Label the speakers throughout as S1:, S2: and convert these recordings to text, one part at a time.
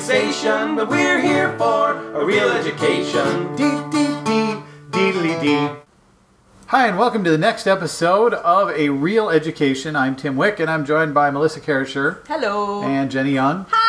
S1: station, but we're here for a real education. Dee dee dee, deedly dee.
S2: Hi, and welcome to the next episode of A Real Education. I'm Tim Wick, and I'm joined by Melissa Kersher
S3: Hello.
S2: and Jenny Young.
S3: Hi.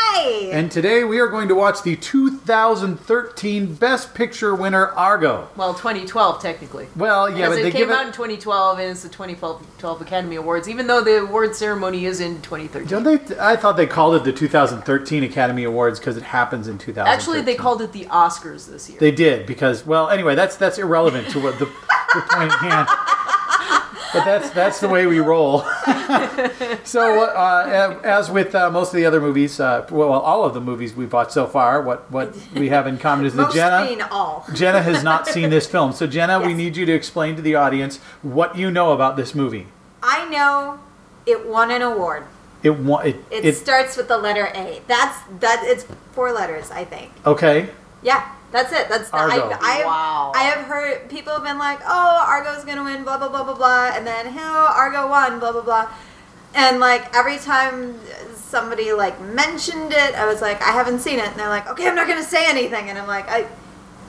S2: And today we are going to watch the 2013 Best Picture winner Argo.
S3: well, 2012 technically.
S2: Well, yeah,
S3: because
S2: but
S3: it
S2: they
S3: came
S2: give
S3: out in
S2: it.
S3: 2012 and it's the 2012 Academy Awards, even though the award ceremony is in 2013.
S2: Don't they? I thought they called it the 2013 Academy Awards because it happens in 2013.
S3: Actually, they called it the Oscars this year.
S2: They did because well, anyway, that's that's irrelevant to what the, the point at hand. But that's that's the way we roll. so uh, as with uh, most of the other movies, uh, well, all of the movies we've watched so far, what what we have in common is that
S4: Most
S2: Jenna
S4: mean all.
S2: Jenna has not seen this film. So Jenna, we
S4: Yes.
S2: need you to explain to the audience what you know about this movie.
S4: I know it won an award.
S2: It wa- it,
S4: It,
S2: it
S4: starts with the letter A. That's that. It's four letters, I think.
S2: okay.
S4: Yeah, that's it. That's the,
S2: Argo.
S4: I, I,
S3: Wow.
S4: I have heard people have been like, "Oh, Argo's gonna win," blah blah blah blah blah, and then "Oh, Argo won," blah blah blah, and like every time somebody like mentioned it, I was like, "I haven't seen it," and they're like, "Okay, I'm not gonna say anything," and I'm like, "I."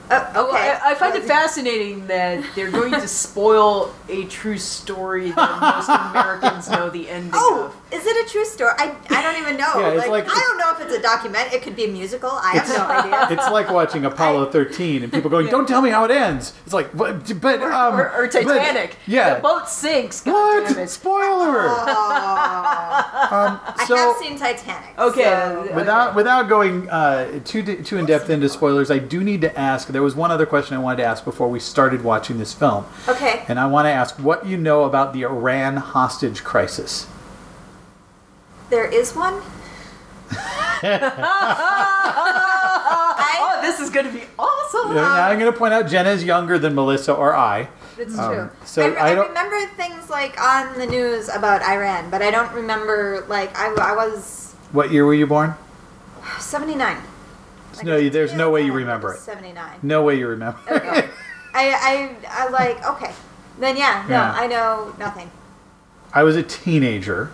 S4: Oh,
S3: Well,
S4: okay.
S3: I, I find it fascinating that they're going to spoil a true story that most Americans know the ending
S4: Oh,
S3: of.
S4: is it a true story? I, I don't even know.
S2: Yeah, it's
S4: like,
S2: like-
S4: I don't know if it's a document. It could be a musical. I have no idea.
S2: It's like watching Apollo 13 and people going, "Don't tell me how it ends." It's like, but, but
S3: Or,
S2: um,
S3: or, or
S2: but-
S3: Titanic.
S2: yeah.
S3: The boat sinks. God damn
S2: What?
S3: it.
S2: Spoiler! um,
S4: I
S2: so,
S4: have seen Titanic.
S3: Okay.
S4: so-
S2: without without going uh, too d- too in depth into spoilers, I do need to ask. There was one other question I wanted to ask before we started watching this film,
S4: Okay.
S2: and I want to ask what you know about the Iran hostage crisis.
S4: There is one.
S3: Oh,
S4: I,
S3: this is going to be
S4: Uh,
S3: awesome.
S2: Now, now I'm going to point out Jenna is younger than Melissa or I.
S4: it's
S2: Um,
S4: true.
S2: so
S4: I, re-
S2: I
S4: I
S2: don't-
S4: remember things like on the news about Iran, but I don't remember like I, I was
S2: What year were you born?
S4: seventy nine.
S2: No, there's no way you remember it.
S4: Seventy nine.
S2: No way you remember.
S4: Okay. I, I I like okay. Then yeah, no,
S2: Yeah.
S4: I know nothing.
S2: I was a teenager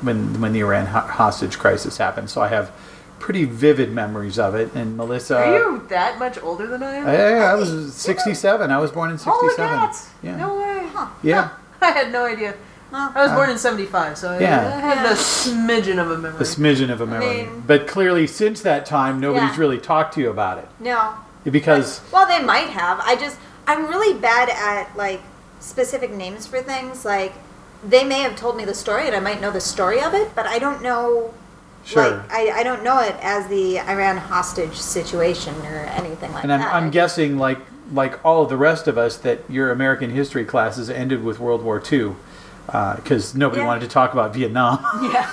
S2: when when the Iran ho- hostage crisis happened, so I have pretty vivid memories of it. And Melissa,
S3: Are you that much older than I am?
S2: I, I- I was 67. I was born in 67.
S3: Holy cats!
S2: Yeah.
S3: No way.
S4: Huh.
S2: yeah.
S3: I had no idea.
S2: Oh.
S4: Well,
S3: I was born in 75, so I-
S2: Yeah.
S3: I had a smidgen of a memory.
S2: A smidgen of a memory.
S4: mean-
S2: but clearly, since that time, nobody's
S4: Yeah.
S2: really talked to you about it.
S4: no.
S2: Because,
S4: Well, they might have. I just I'm really bad at like specific names for things. Like they may have told me the story and I might know the story of it, but I don't know
S2: sure.
S4: like uh, I, I don't know it as the Iran hostage situation or anything like
S2: and I'm,
S4: that.
S2: I'm guessing, like like all of the rest of us, that your American history classes ended with World War II because nobody
S4: Yeah.
S2: wanted to talk about Vietnam.
S3: Yeah.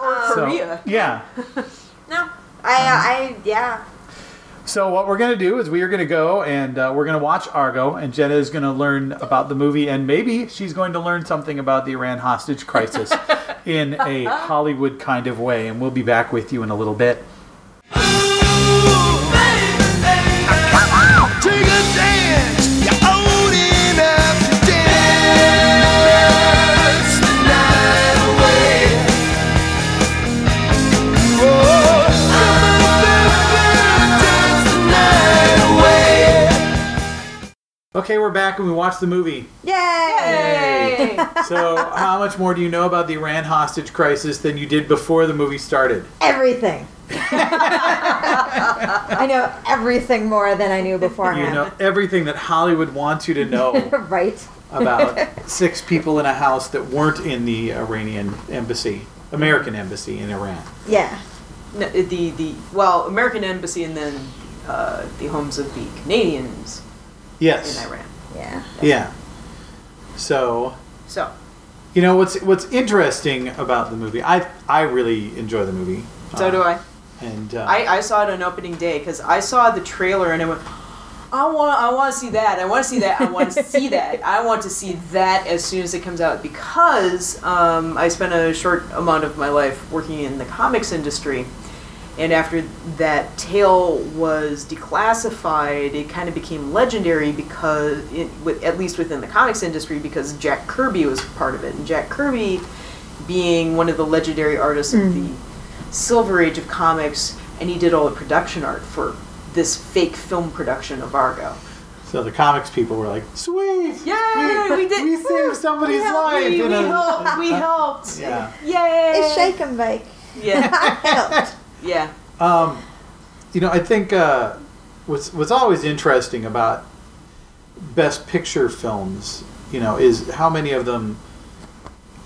S3: or
S2: So,
S3: Korea.
S2: yeah.
S4: No.
S2: um,
S4: I I yeah.
S2: So what we're gonna do is we are gonna go and uh, we're gonna watch Argo, and Jenna is gonna learn about the movie, and maybe she's going to learn something about the Iran hostage crisis in a Hollywood kind of way. And we'll be back with you in a little bit.
S5: Take a chance. You're old enough to dance the night away. Oh, come on, baby, dance the night away.
S2: Okay, we're back and we watched the movie.
S4: Yay!
S2: So how much more do you know about the Iran hostage crisis than you did before the movie started?
S4: Everything. I know everything more than I knew beforehand.
S2: You know everything that Hollywood wants you to know
S4: right.
S2: about six people in a house that weren't in the Iranian embassy, American embassy in Iran.
S4: Yeah.
S3: No, the, the, well, American embassy and then uh, the homes of the Canadians in
S2: Yes.
S3: Iran.
S4: Yeah.
S2: Yeah. So,
S3: So,
S2: you know what's what's interesting about the movie? I I really enjoy the movie.
S3: so
S2: Uh,
S3: do I.
S2: And uh,
S3: I, I saw it on opening day because I saw the trailer and I went, I want, I want to see that. I want to see that. I want to see that. I want to see that as soon as it comes out because um, I spent a short amount of my life working in the comics industry, and after that tale was declassified, it kind of became legendary because, it, with, at least within the comics industry, because Jack Kirby was part of it, and Jack Kirby being one of the legendary artists of the silver age of comics, and he did all the production art for this fake film production of Argo.
S2: So the comics people were like, "Sweet,
S3: Yay! We, did.
S2: we saved somebody's
S3: we helped,
S2: life."
S3: We,
S2: in
S3: we
S2: a-
S3: helped. We helped.
S2: Yeah.
S3: Yay!
S4: It's shake and bake.
S3: Yeah.
S4: I helped.
S3: Yeah.
S2: Um, you know, I think uh, what's what's always interesting about best picture films, you know, is how many of them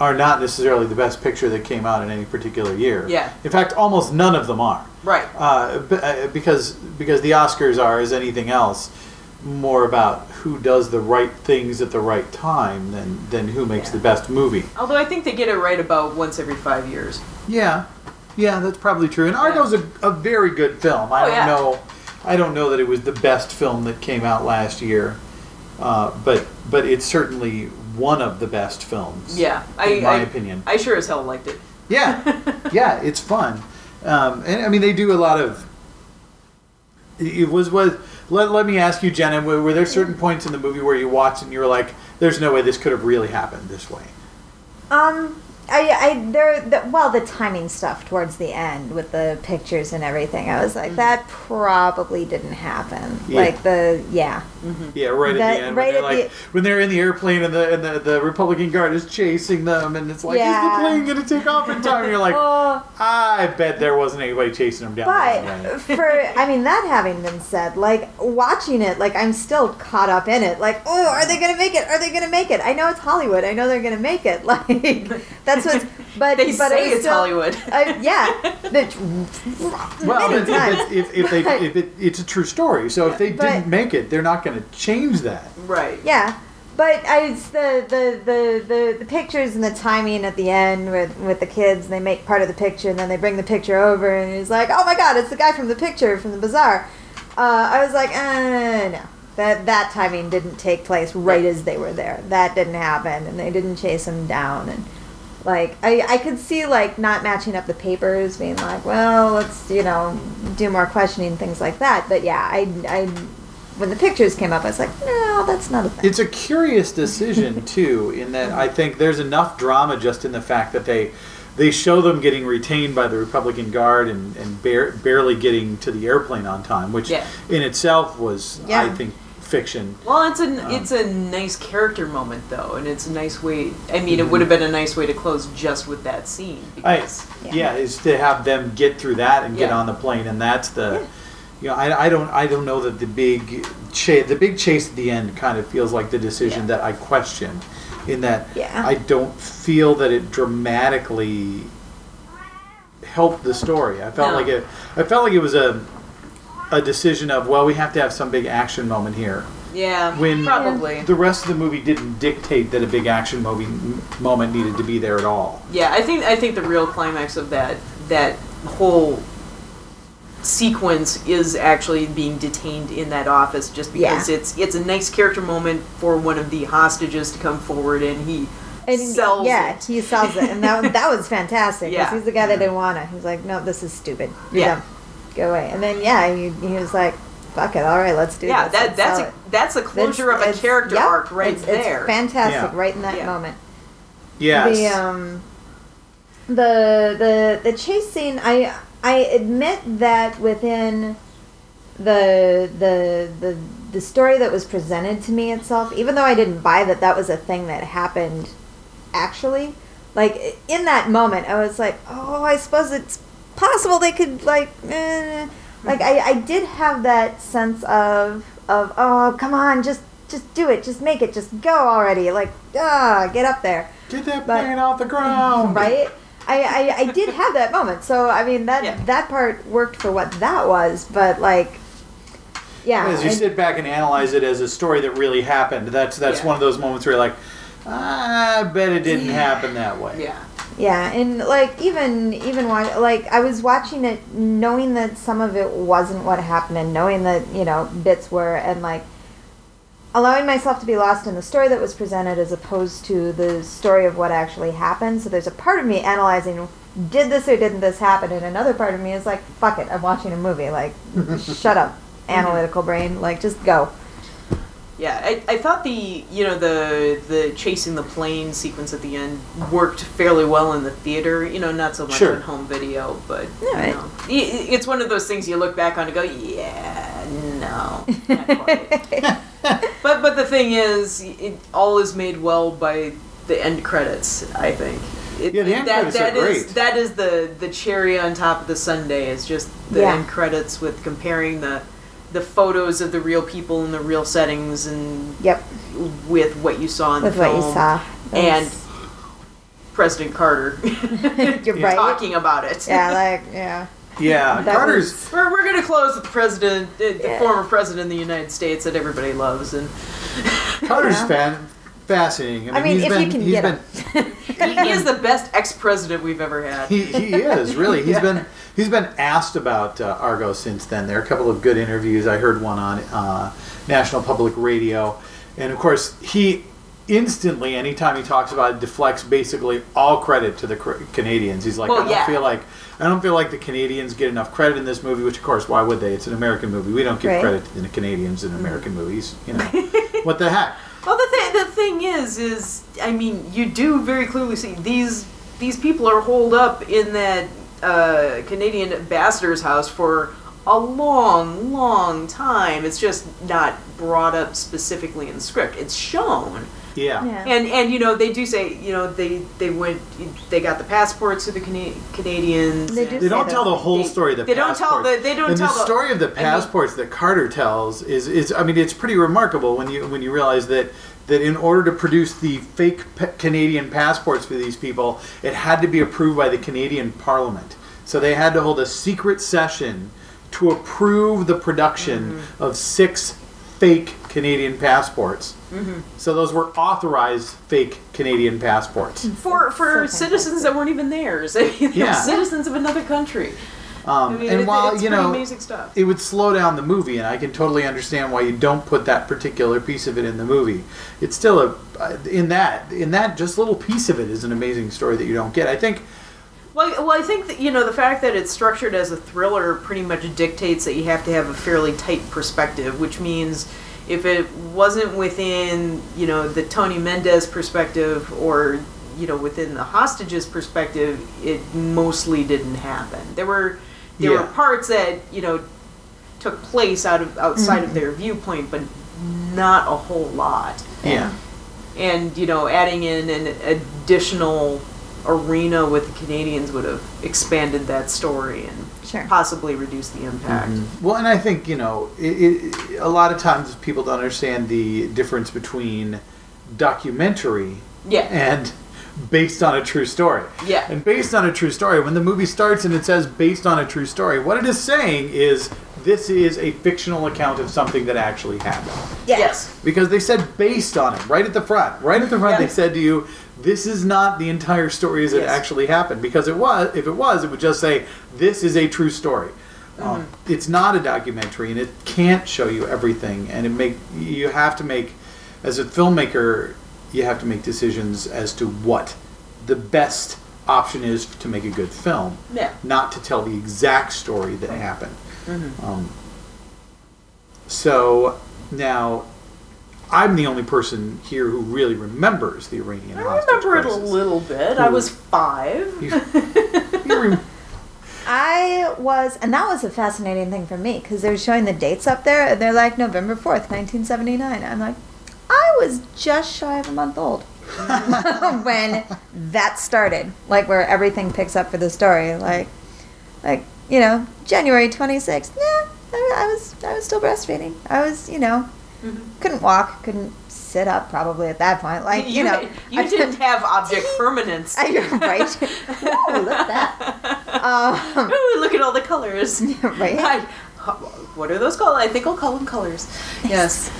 S2: are not necessarily the best picture that came out in any particular year.
S3: Yeah.
S2: In fact, almost none of them are.
S3: Right.
S2: Uh, b- uh, because because the Oscars are, as anything else, more about who does the right things at the right time than than who makes
S3: Yeah.
S2: the best movie.
S3: Although I think they get it right about once every five years.
S2: Yeah, yeah, that's probably true. And Argo's a, a very good film. I
S3: Oh,
S2: don't
S3: yeah.
S2: know, I don't know that it was the best film that came out last year, uh, but but it's certainly one of the best films.
S3: Yeah. I,
S2: in my
S3: I,
S2: opinion.
S3: I sure as hell liked it.
S2: yeah, yeah, it's fun. Um, and I mean, they do a lot of. It was was. Let, let me ask you, Jenna. Were, were there certain points in the movie where you watched and you were like, "There's no way this could have really happened this way"?
S4: Um, I, I, there, the, well, the timing stuff towards the end with the pictures and everything, I was like, that probably didn't happen.
S2: Mm. Yeah.
S4: Like the, yeah,
S2: Yeah, right at
S4: That-
S2: the end. when,
S4: right
S2: they're
S4: at
S2: like, when they're in the airplane and the and the, the Republican guard is chasing them, and it's like,
S4: Yeah.
S2: is the plane going to take off in time? And you're like,
S4: Oh.
S2: I bet there wasn't anybody chasing them down. the runway."
S4: But for I mean that having been said, like watching it, like I'm still caught up in it. Like, oh, are they gonna make it? Are they gonna make it? I know it's Hollywood. I know they're gonna make it. Like that's what's. But
S3: They
S4: but
S3: say
S4: it was
S3: it's
S4: still-
S3: Hollywood.
S4: I- yeah. but-
S2: well,
S4: many
S2: if, it's-
S4: times.
S2: if, if they
S4: But-
S2: if it, it's a true story, so if they
S4: But-
S2: didn't make it, they're not going to change that.
S3: Right.
S4: Yeah, but I, it's the, the, the, the, the pictures and the timing at the end with, with the kids, and they make part of the picture, and then they bring the picture over, and he's like, oh my god, it's the guy from the picture from the bazaar. Uh, I was like, uh, no. That, that timing didn't take place right as they were there. That didn't happen, and they didn't chase him down. And like, I, I could see like not matching up the papers, being like, well, let's you know do more questioning, things like that. But yeah, I, I when the pictures came up, I was like, no, that's not a thing.
S2: It's a curious decision too, in that I think there's enough drama just in the fact that they they show them getting retained by the Republican Guard and and bare, barely getting to the airplane on time, which
S3: Yeah.
S2: in itself was, I
S4: Yeah.
S2: think, fiction.
S3: Well, it's
S2: Um,
S3: a it's a nice character moment though, and it's a nice way. I mean,
S2: Mhm.
S3: it would have been a nice way to close just with that scene.
S2: I,
S3: Because,
S2: yeah.
S4: Yeah.
S2: is to have them get through that and get
S3: Yeah.
S2: on the plane, and that's the. You know, I, I don't I don't know that the big cha- the big chase at the end kind of feels like the decision
S3: Yeah.
S2: that I question, in that
S4: Yeah.
S2: I don't feel that it dramatically helped the story. I felt
S3: No.
S2: like it I felt like it was a a decision of well we have to have some big action moment here
S3: yeah,
S2: when
S3: probably.
S2: the rest of the movie didn't dictate that a big action movie moment needed to be there at all.
S3: Yeah, I think I think the real climax of that that whole sequence is actually being detained in that office just because
S4: Yeah.
S3: it's it's a nice character moment for one of the hostages to come forward and he
S4: and
S3: sells
S4: yeah,
S3: it.
S4: he sells it, and that that was fantastic. 'cause
S3: Yeah.
S4: he's the guy that didn't wanna. He's like, no, this is stupid. You're
S3: Yeah.
S4: dumb. go away. And then yeah, he, he was like, fuck it, all right, let's do
S3: yeah,
S4: this.
S3: that
S4: let's
S3: that's
S4: sell
S3: a, that's a
S4: it."
S3: closure
S4: It's-
S3: of a
S4: it's-
S3: character
S4: yep,
S3: arc right
S4: it's,
S3: there.
S4: It's fantastic,
S2: Yeah.
S4: right in that
S3: Yeah.
S4: moment.
S2: Yes.
S4: The um, the the the chase scene. I I admit that within the the the the story that was presented to me itself, even though I didn't buy that that was a thing that happened, actually, like i- in that moment, I was like, oh, I suppose it's possible they could like, eh. like I I did have that sense of of oh come on just just do it just make it just go already like ah get up there
S2: Get that
S4: But-
S2: plane off the ground.
S4: right? I, I, I did have that moment, so I mean that
S3: Yeah.
S4: that part worked for what that was, but like, yeah,
S2: As you
S4: I-
S2: sit back and analyze it as a story that really happened, that's that's
S3: Yeah.
S2: one of those moments where you're like, "Ah, I bet it didn't happen that way.
S3: yeah,
S4: yeah, and like even even wa- like I was watching it knowing that some of it wasn't what happened, and knowing that you know bits were, and like allowing myself to be lost in the story that was presented as opposed to the story of what actually happened. So there's a part of me analyzing did this or didn't this happen and another part of me is like fuck it, I'm watching a movie like shut up analytical brain, like just go.
S3: Yeah, I, I thought the you know the the chasing the plane sequence at the end worked fairly well in the theater. You know, not so much
S1: Sure.
S3: on home video, but
S4: Alright.
S3: you know, I- i- it's one of those things you look back on and go, yeah, no, not quite. but but the thing is, it all is made well by the end credits. I think. It,
S1: Yeah, the end credits
S3: that
S1: are
S3: is-
S1: great.
S3: That is the the cherry on top of the sundae. Is just the
S4: Yeah.
S3: end credits with comparing the the photos of the real people in the real settings and
S4: Yep.
S3: with what you saw in
S4: With
S3: the
S4: what
S3: film
S4: you saw.
S3: and President Carter
S4: And you're right.
S3: talking about it.
S4: Yeah, like yeah.
S2: Yeah,
S4: That
S2: Carter's
S4: was-
S3: We're, we're going to close with the president, uh, the
S4: Yeah.
S3: former president of the United States that everybody loves, and
S2: Carter's
S4: Yeah.
S2: fan, fascinating.
S4: I mean,
S2: he's
S4: if
S2: been,
S4: you can
S2: he's
S4: get
S2: been,
S4: him.
S3: he, he is the best ex-president we've ever had.
S2: he, he is really. He's been he's been asked about uh, Argo since then. There are a couple of good interviews. I heard one on uh, National Public Radio, and of course he instantly, anytime he talks about it, deflects basically all credit to the cr- Canadians. He's like,
S3: Well,
S2: I don't
S3: yeah.
S2: feel like I don't feel like the Canadians get enough credit in this movie. Which of course, why would they? It's an American movie. We don't give
S4: Right.
S2: credit to the Canadians in American movies. You know, what the heck?
S3: Well, the thing the thing is, is I mean, you do very clearly see these these people are holed up in that uh, Canadian ambassador's house for a long, long time. It's just not brought up specifically in script. It's shown,
S4: Yeah.
S3: and and you know they do say you know they they went they got the passports to the Cana- Canadians.
S4: They do
S2: They don't
S4: say
S2: tell
S4: that.
S2: the whole
S3: They-
S2: story. Of the
S3: they don't tell
S2: passports.
S3: the- they don't
S2: and
S3: tell
S2: the
S3: the-
S2: story of the
S3: I mean-
S2: passports that Carter tells is is I mean it's pretty remarkable when you when you realize that that in order to produce the fake pa- Canadian passports for these people, it had to be approved by the Canadian Parliament. So they had to hold a secret session to approve the production
S3: Mm-hmm.
S2: of six fake Canadian passports.
S3: Mm-hmm.
S2: So those were authorized fake Canadian passports.
S3: for for
S4: So
S3: citizens that weren't even theirs. I mean, they were
S2: Yeah.
S3: citizens of another country.
S2: Um,
S3: I mean,
S2: and
S3: it-
S2: while
S3: it's
S2: you
S3: pretty
S2: know,
S3: amazing stuff.
S2: it would slow down the movie, and I can totally understand why you don't put that particular piece of it in the movie. It's still a uh, in that in that just little piece of it is an amazing story that you don't get. I think
S3: Well, well, I think that you know the fact that it's structured as a thriller pretty much dictates that you have to have a fairly tight perspective, which means if it wasn't within you know the Tony Mendez perspective or you know within the hostages perspective, it mostly didn't happen. There were there
S2: Yeah.
S3: were parts that you know took place out of outside
S2: Mm-hmm.
S3: of their viewpoint, but not a whole lot
S2: yeah,
S3: and you know adding in an additional arena with the Canadians would have expanded that story and
S4: Sure.
S3: possibly reduced the impact.
S2: well, and I think you know it, it, a lot of times people don't understand the difference between documentary
S3: Yeah,
S2: and based on a true story.
S3: Yeah.
S2: And based on a true story, when the movie starts and it says based on a true story, what it is saying is this is a fictional account of something that actually happened.
S4: Yeah.
S3: yes,
S2: Because they said based on it right at the front. Right at the front
S3: Yeah.
S2: they said to you this is not the entire story as it
S3: Yes.
S2: actually happened because it was if it was it would just say this is a true story. Um,
S3: Mm-hmm.
S2: it's not a documentary and it can't show you everything and it make you have to make as a filmmaker you have to make decisions as to what the best option is to make a good film
S3: yeah.
S2: not to tell the exact story that happened.
S3: Mm-hmm.
S2: Um, so now, I'm the only person here who really remembers the Iranian
S3: I
S2: hostage
S3: remember it a
S2: crisis.
S3: little bit. I was five.
S2: You- you rem-
S4: I was, and that was a fascinating thing for me because they were showing the dates up there, and they're like November fourth, nineteen seventy nine. I'm like, I was just shy of a month old when that started, like where everything picks up for the story, like, like you know, January twenty sixth. Nah, I, I was, I was still breastfeeding. I was, you know, couldn't walk, couldn't sit up probably at that point. Like, you, know,
S3: Mm-hmm. you
S4: I
S3: didn't have object permanence.
S4: I, right? Whoa, look at that. Um,
S3: Ooh, look at all the colors.
S4: right?
S3: I, what are those called? I think I'll call them colors. Yes.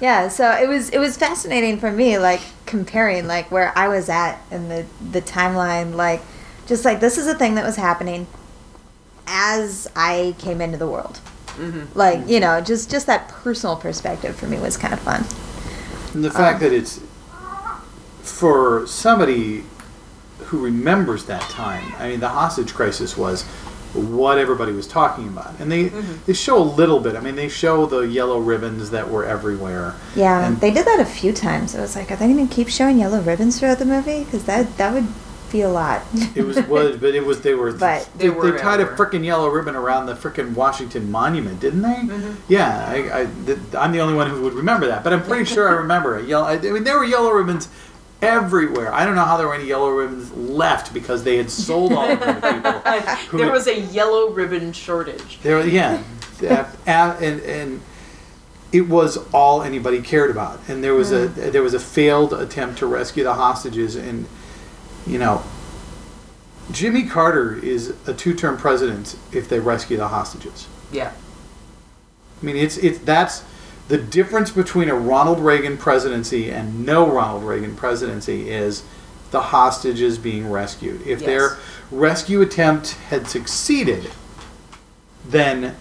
S4: Yeah, so it was it was fascinating for me, like comparing like where I was at and the the timeline, like just like this is a thing that was happening as I came into the world.
S3: Mm-hmm.
S4: Like you know, just just that personal perspective for me was kind of fun.
S2: and the
S3: Uh.
S2: fact that it's for somebody who remembers that time. I mean, the hostage crisis was what everybody was talking about. And they
S3: Mm-hmm.
S2: they show a little bit. I mean, they show the yellow ribbons that were everywhere.
S4: Yeah,
S2: And-
S4: they did that a few times. I was like, are they going to keep showing yellow ribbons throughout the movie? Because that that would be a lot.
S2: It was, was but it was they were
S4: But-
S2: they,
S3: They were
S2: they tied a
S3: everywhere.
S2: freaking yellow ribbon around the freaking Washington Monument, didn't they?
S3: Mm-hmm.
S2: Yeah, I, I th- I'm the only one who would remember that, but I'm pretty sure I remember it. Yellow, I, I mean, there were yellow ribbons everywhere. I don't know how there were any yellow ribbons left because they had sold all of them to people. Who
S3: there
S2: would-
S3: was a yellow ribbon shortage.
S2: There, were- yeah, a- a- and and it was all anybody cared about. And there was a there was a failed attempt to rescue the hostages, and you know, Jimmy Carter is a two-term president if they rescue the hostages.
S3: Yeah.
S2: I mean, it's it's that's the difference between a Ronald Reagan presidency and no Ronald Reagan presidency is the hostages being rescued. If
S3: Yes.
S2: their rescue attempt had succeeded, then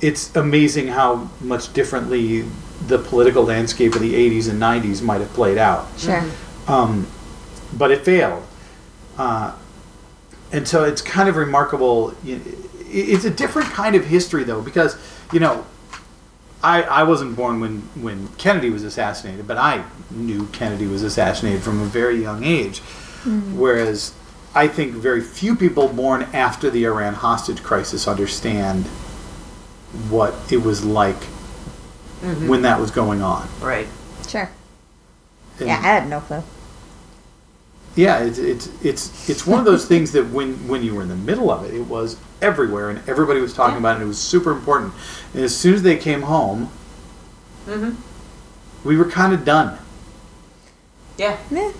S2: it's amazing how much differently the political landscape of the 80s and 90s might have played out
S4: Sure.
S2: um, but it failed. Uh, and so it's kind of remarkable. You i- It's a different kind of history, though, because you know, I I wasn't born when when Kennedy was assassinated, but I knew Kennedy was assassinated from a very young age, whereas. I think very few people born after the Iran hostage crisis understand what it was like when that was going on.
S3: Right.
S4: Sure.
S2: And-
S4: Yeah, I had no clue.
S2: yeah, it's it's it's it's one of those things that when when you were in the middle of it, it was everywhere and everybody was talking about it. and It was super important. And as soon as they came home, we were kind of done.
S3: Yeah.
S4: Meh.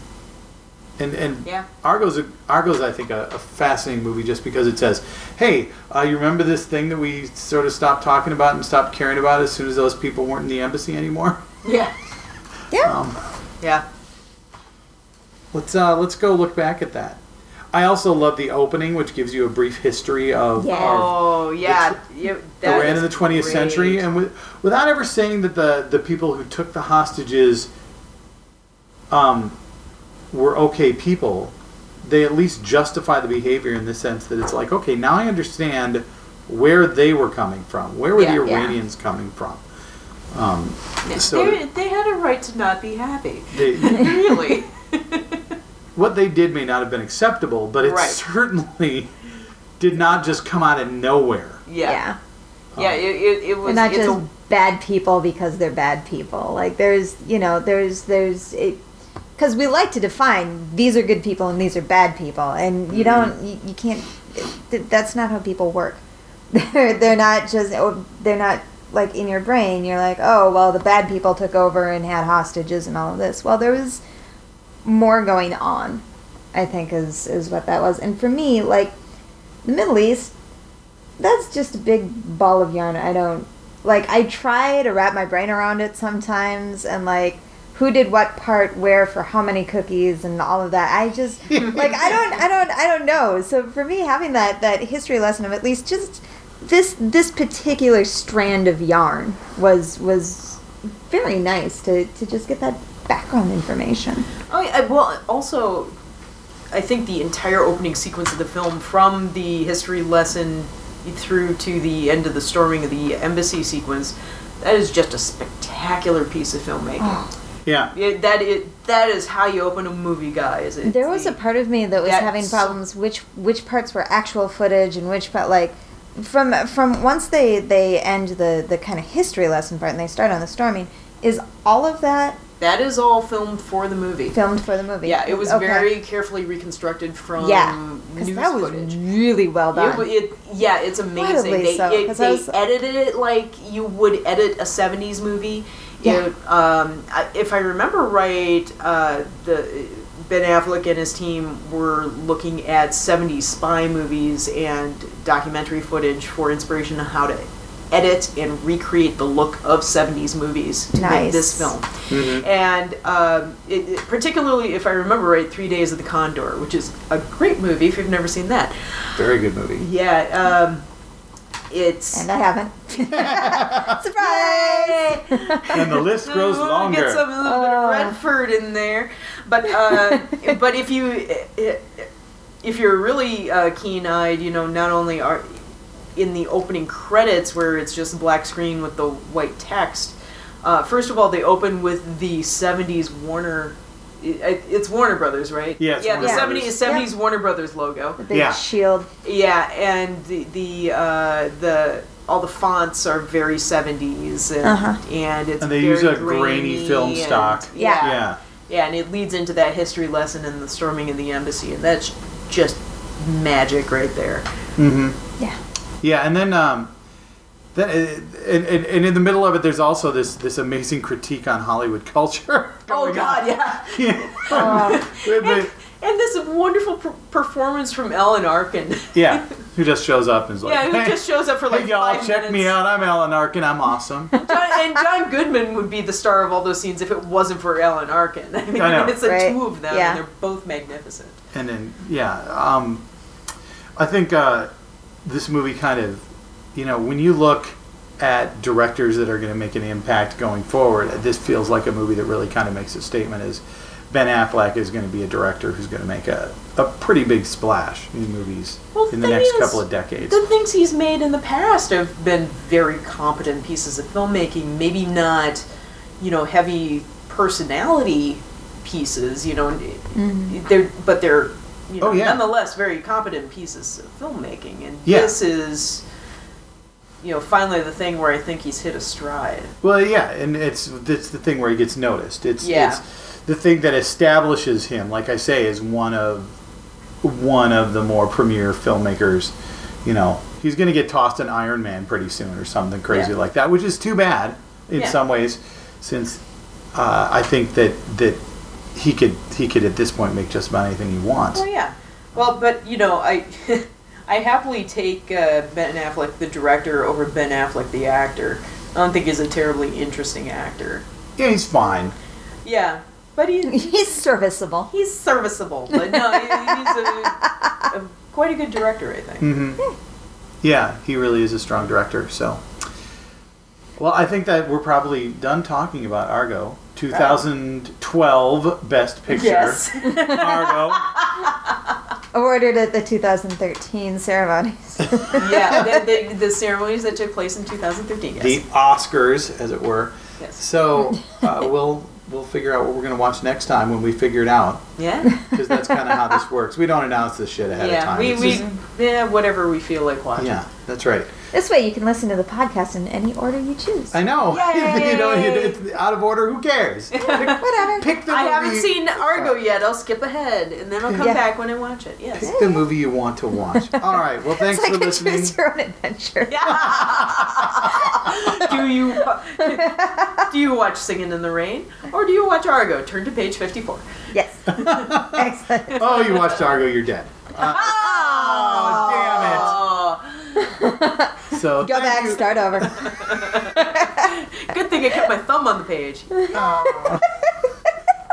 S2: And and
S3: Yeah.
S2: Argo's a, Argo's I think a, a fascinating movie just because it says, hey, uh, you remember this thing that we sort of stopped talking about and stopped caring about as soon as those people weren't in the embassy anymore.
S3: Yeah.
S4: Yeah.
S2: Um,
S3: Yeah.
S2: Let's uh, let's go look back at that. I also love the opening, which gives you a brief history of
S4: Yeah.
S2: our
S3: Oh yeah. yeah
S2: that
S3: that
S2: ran
S3: is
S2: in the 20th century,
S3: great.
S2: and with, without ever saying that the the people who took the hostages um, were okay people, they at least justify the behavior in the sense that it's like, okay, now I understand where they were coming from. Where were
S3: Yeah,
S2: the
S4: yeah.
S2: Iranians coming from? Um, so
S3: they, they had a right to not be happy.
S2: they,
S3: really.
S2: what they did may not have been acceptable, but it
S3: Right.
S2: certainly did not just come out of nowhere.
S3: Yeah. Yeah.
S4: yeah.
S3: it, it, it was.
S4: We're not
S3: it's
S4: just
S3: a,
S4: bad people because they're bad people. Like there's, you know, there's there's it because we like to define these are good people and these are bad people, and you don't you, you can't. Th- that's not how people work. They're they're not just or they're not like in your brain. You're like, oh well, the bad people took over and had hostages and all of this. Well, there was more going on. I think is is what that was. And for me, like the Middle East, that's just a big ball of yarn. I don't like. I try to wrap my brain around it sometimes, and like who did what part where for how many cookies and all of that. I just like I don't I don't I don't know. So for me, having that that history lesson of at least just this this particular strand of yarn was was very nice to to just get that background information.
S3: Oh, yeah, well, also, I think the entire opening sequence of the film, from the history lesson through to the end of the storming of the embassy sequence, that is just a spectacular piece of filmmaking.
S2: Yeah.
S3: Yeah, that it that is how you open a movie, guys. It's
S4: There was
S3: the-
S4: a part of me that was
S3: That's-
S4: having problems which which parts were actual footage and which part like from from once they they end the the kind of history lesson part and they start on the storming is all of that
S3: that is all filmed for the movie.
S4: filmed for the movie.
S3: Yeah, it was
S4: Okay.
S3: very carefully reconstructed from
S4: yeah because
S3: news
S4: that was
S3: footage.
S4: really well
S3: It,
S4: done.
S3: wa- it, yeah, it's amazing.
S4: Incredibly
S3: They,
S4: so,
S3: it-
S4: 'cause
S3: they
S4: I was-
S3: edited it like you would edit a '70s movie.
S4: Yeah.
S3: It, um, I- if I remember right, uh, the Ben Affleck and his team were looking at '70s spy movies and documentary footage for inspiration on how to edit and recreate the look of '70s movies to make
S4: Nice.
S3: this film. And um, it, it- particularly, if I remember right, Three Days of the Condor, which is a great movie if you've never seen that.
S2: Very good movie.
S3: Yeah, um, it's.
S4: and I haven't. Surprise!
S2: And the list grows
S3: Oh,
S2: longer.
S3: Get some little bit
S4: Oh.
S3: of Redford in there, but uh, but if you if you're really uh, keen-eyed, you know, not only are in the opening credits where it's just black screen with the white text. Uh, first of all, they open with the '70s Warner. It, it- it's Warner Brothers, right?
S2: Yeah, it's
S3: yeah.
S2: Warner
S3: the
S2: Brothers.
S3: '70s '70s Warner Brothers logo.
S6: The big
S2: Yeah.
S6: shield.
S3: Yeah, and the the uh, the all the fonts are very seventies, and, and it's
S2: And they
S3: very
S2: use a grainy film
S3: and-
S2: stock.
S6: Uh-huh. Yeah.
S2: Yeah.
S3: yeah, and it leads into that history lesson and the storming of the embassy, and that's just magic right there.
S2: Yeah, and then um, then and, and, and in the middle of it, there's also this this amazing critique on Hollywood culture.
S3: Oh God, yeah,
S2: With the-
S3: and this wonderful per- performance from Ellen Arkin.
S2: yeah, who just shows up and is like,
S3: yeah, who
S2: hey,
S3: just shows up for like
S2: hey y'all,
S3: five
S2: check
S3: minutes.
S2: me out. I'm Alan Arkin. I'm awesome.
S3: John, and John Goodman would be the star of all those scenes if it wasn't for Ellen Arkin. I mean,
S2: I know.
S3: it's the
S6: Right.
S3: two of them,
S6: Yeah.
S3: and they're both magnificent.
S2: and then yeah, um, I think uh, this movie kind of, you know, when you look at directors that are going to make an impact going forward, this feels like a movie that really kind of makes a statement. Is Ben Affleck is going to be a director who's going to make a, a pretty big splash in movies
S3: Well,
S2: in the
S3: thing
S2: next
S3: is,
S2: couple of decades.
S3: The things he's made in the past have been very competent pieces of filmmaking, maybe not, you know, heavy personality pieces, you know, they're, but they're, you know,
S2: Oh, yeah.
S3: nonetheless very competent pieces of filmmaking. And
S2: Yeah.
S3: this is, you know, finally the thing where I think he's hit a stride.
S2: Well, yeah, and it's it's the thing where he gets noticed. It's
S3: Yeah.
S2: it's the thing that establishes him. Like I say, is one of one of the more premier filmmakers. You know, he's going to get tossed in Iron Man pretty soon or something crazy
S3: Yeah.
S2: like that, which is too bad in
S3: Yeah.
S2: some ways, since uh, I think that that he could he could at this point make just about anything he wants.
S3: Oh yeah. Well, but you know, I I happily take uh, Ben Affleck the director over Ben Affleck the actor. I don't think he's a terribly interesting actor.
S2: Yeah, he's fine.
S3: Yeah, but he
S6: He's serviceable.
S3: he's serviceable. But no, he, he's a, a quite a good director, I think.
S2: Mm-hmm. Yeah, he really is a strong director. So, well, I think that we're probably done talking about Argo. 2012 Best Picture.
S3: Yes.
S2: Argo.
S6: Awarded at the 2013 ceremonies.
S3: yeah, the, the, the ceremonies that took place in 2013. Yes.
S2: The Oscars, as it were.
S3: yes.
S2: So uh, we'll we'll figure out what we're going to watch next time when we figure it out,
S3: Yeah.
S2: because that's kind of how this works. We don't announce this shit ahead of
S3: Yeah.
S2: time.
S3: We,
S2: It's
S3: we
S2: just-
S3: yeah whatever we feel like watching.
S2: yeah, that's right.
S6: this way you can listen to the podcast in any order you choose.
S2: I know. you know,
S3: Yay!
S2: it's out of order. Who cares? Pick,
S6: Whatever.
S2: pick the
S3: I haven't
S2: movie-
S3: seen Argo yet. I'll skip ahead and then I'll come
S6: Yeah.
S3: back when I watch it. Yes.
S2: Pick the movie you want to watch. All right. Well, thanks
S6: it's like
S2: for
S6: a
S2: listening.
S6: choose your own adventure.
S3: do you do you watch Singing in the Rain or do you watch Argo? Turn to page fifty four.
S6: Yes. Excellent.
S2: Oh, you watched Argo, you're dead. Uh, oh,
S3: Oh,
S2: damn it. So
S6: Go
S2: thank
S6: back,
S2: you-
S6: start over.
S3: good thing I kept my thumb on the page.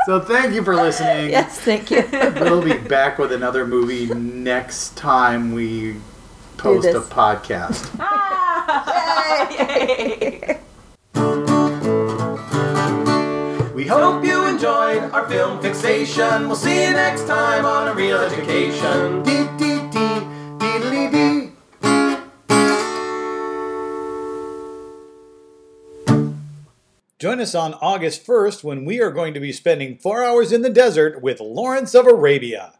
S2: So thank you for listening.
S6: Yes, thank you.
S2: We'll be back with another movie next time we post a
S6: this.
S2: podcast.
S3: Yay.
S2: We hope
S1: Hope you enjoyed our film fixation. We'll see you next time on A Real Education. Dee dee dee, deedly dee.
S2: Join us on August 1st when we are going to be spending four hours in the desert with Lawrence of Arabia.